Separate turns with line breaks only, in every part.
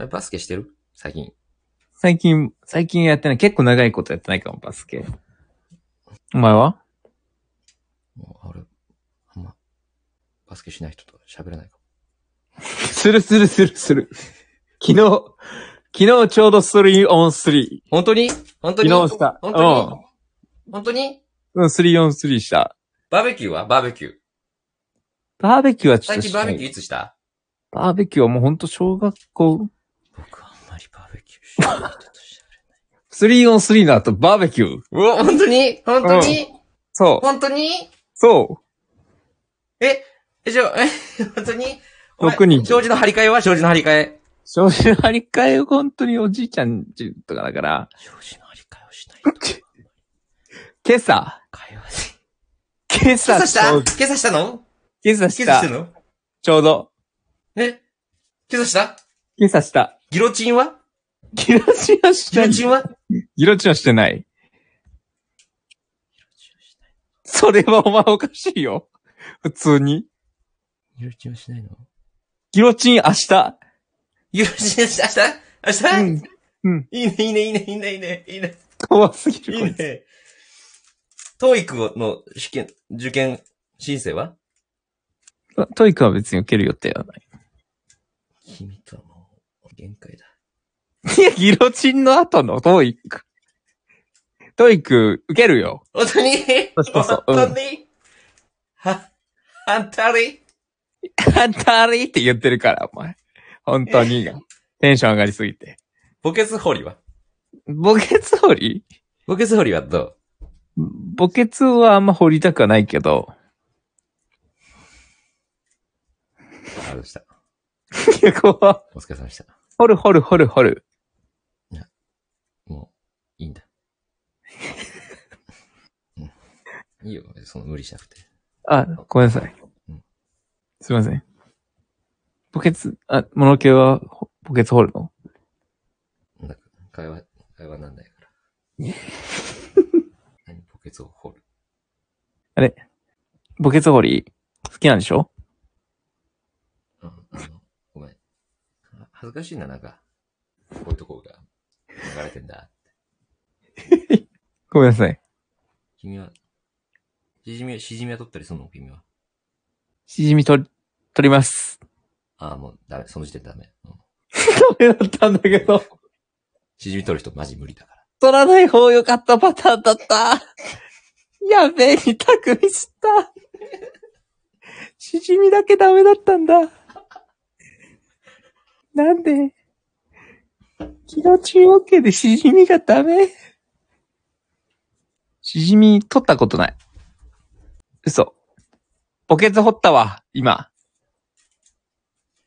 えバスケしてる最近。
最近、最近やってない。結構長いことやってないかも、バスケ。お前は
もう、俺、あんま、バスケしない人と喋らないかも。
するするするする。昨日、昨日ちょうどスリーオンスリ
本当に本当
ー。
に
昨日した。
本当に本当に
うん。うん、スリーオンスリーした。
バーベキューはバーベキュー。
バーベキューはちょっ
最
とし
近
な
バ
い
ーベキューいつした
バーベキューはもうほんと小学校、
僕あんまりバーベキューしない人と
スリーオンスリーの後バーベキュー。
喋らない。うお、本当に本当に
そう。
本当に
そ
え、え、じゃあ、え、本当にお前
六人
障子の張り替えは障子の張り替え。
う。正直張り替えを本当におじいちゃんちとかだから、
障子の張り替えをしないと。
今朝、
会話し
今
今
朝
朝した
ちょ
今
うど
朝したの
今朝
今
し
朝したてん。の
ちょうど。
え今朝した
今朝した。
ギロチンは
ギロチンはし
ギ
て
ロ
ない。
チンは
ギロチンはしてない。それはお前おかしいよ。普通に。
ギロチンはしないの
ギロチン明日。
ギロチンはした明日明日、
うん。うん。
いいね、いいね、いいね、いいね、いいね、いいね。
怖すぎる。
い
こ
い
いつ
ね。トーイクの試験、受験申請は
トイックは別に受ける予定はない。
君とはもう、限界だ。
いや、ギロチンの後のトイック。トイック受けるよ。
本当に
そうそうそう
本当には、反対
当たりって言ってるから、お前。本当に。テンション上がりすぎて。
ボケツ掘りは
墓穴掘り
ボケツ掘りはどう
墓穴はあんま掘りたくはないけど。
あれでした。
いや、怖っ
お疲れ様でした。
掘る掘る掘る掘る。
もう、 いいんだ。うんいいよ、その無理しなくて。
あ、ごめんなさい
うん。
すいません。墓穴、あ、モノ系はほ墓穴掘るの
なんか、会話、会話なんないから。 何、ポケツを掘る。
墓穴掘り好きなんでしょ
うん、あの、ごめん。は恥ずかしいな、なんか。こういうとこが流れてんだ。
ごめんなさい。
君は、しじみ、しじみは取ったりするの君は。
しじみ取り、取ります。
ああ、もうダメ。その時点でダメ。うん
ダメだったんだけど、
しじみ取る人マジ無理だから。
取らない方良かったパターンだった。 やべえ、痛くミスった。しじみだけダメだったんだ。なんで、キロチンオッケーでしじみがダメ。しじみ取ったことない。嘘。ポケツ掘ったわ、今。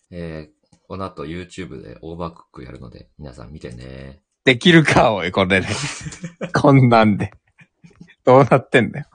えー、この後 YouTube でオーバークックやるので、皆さん見てね。
できるか、おい、これで。こんなんで。どうなってんだよ。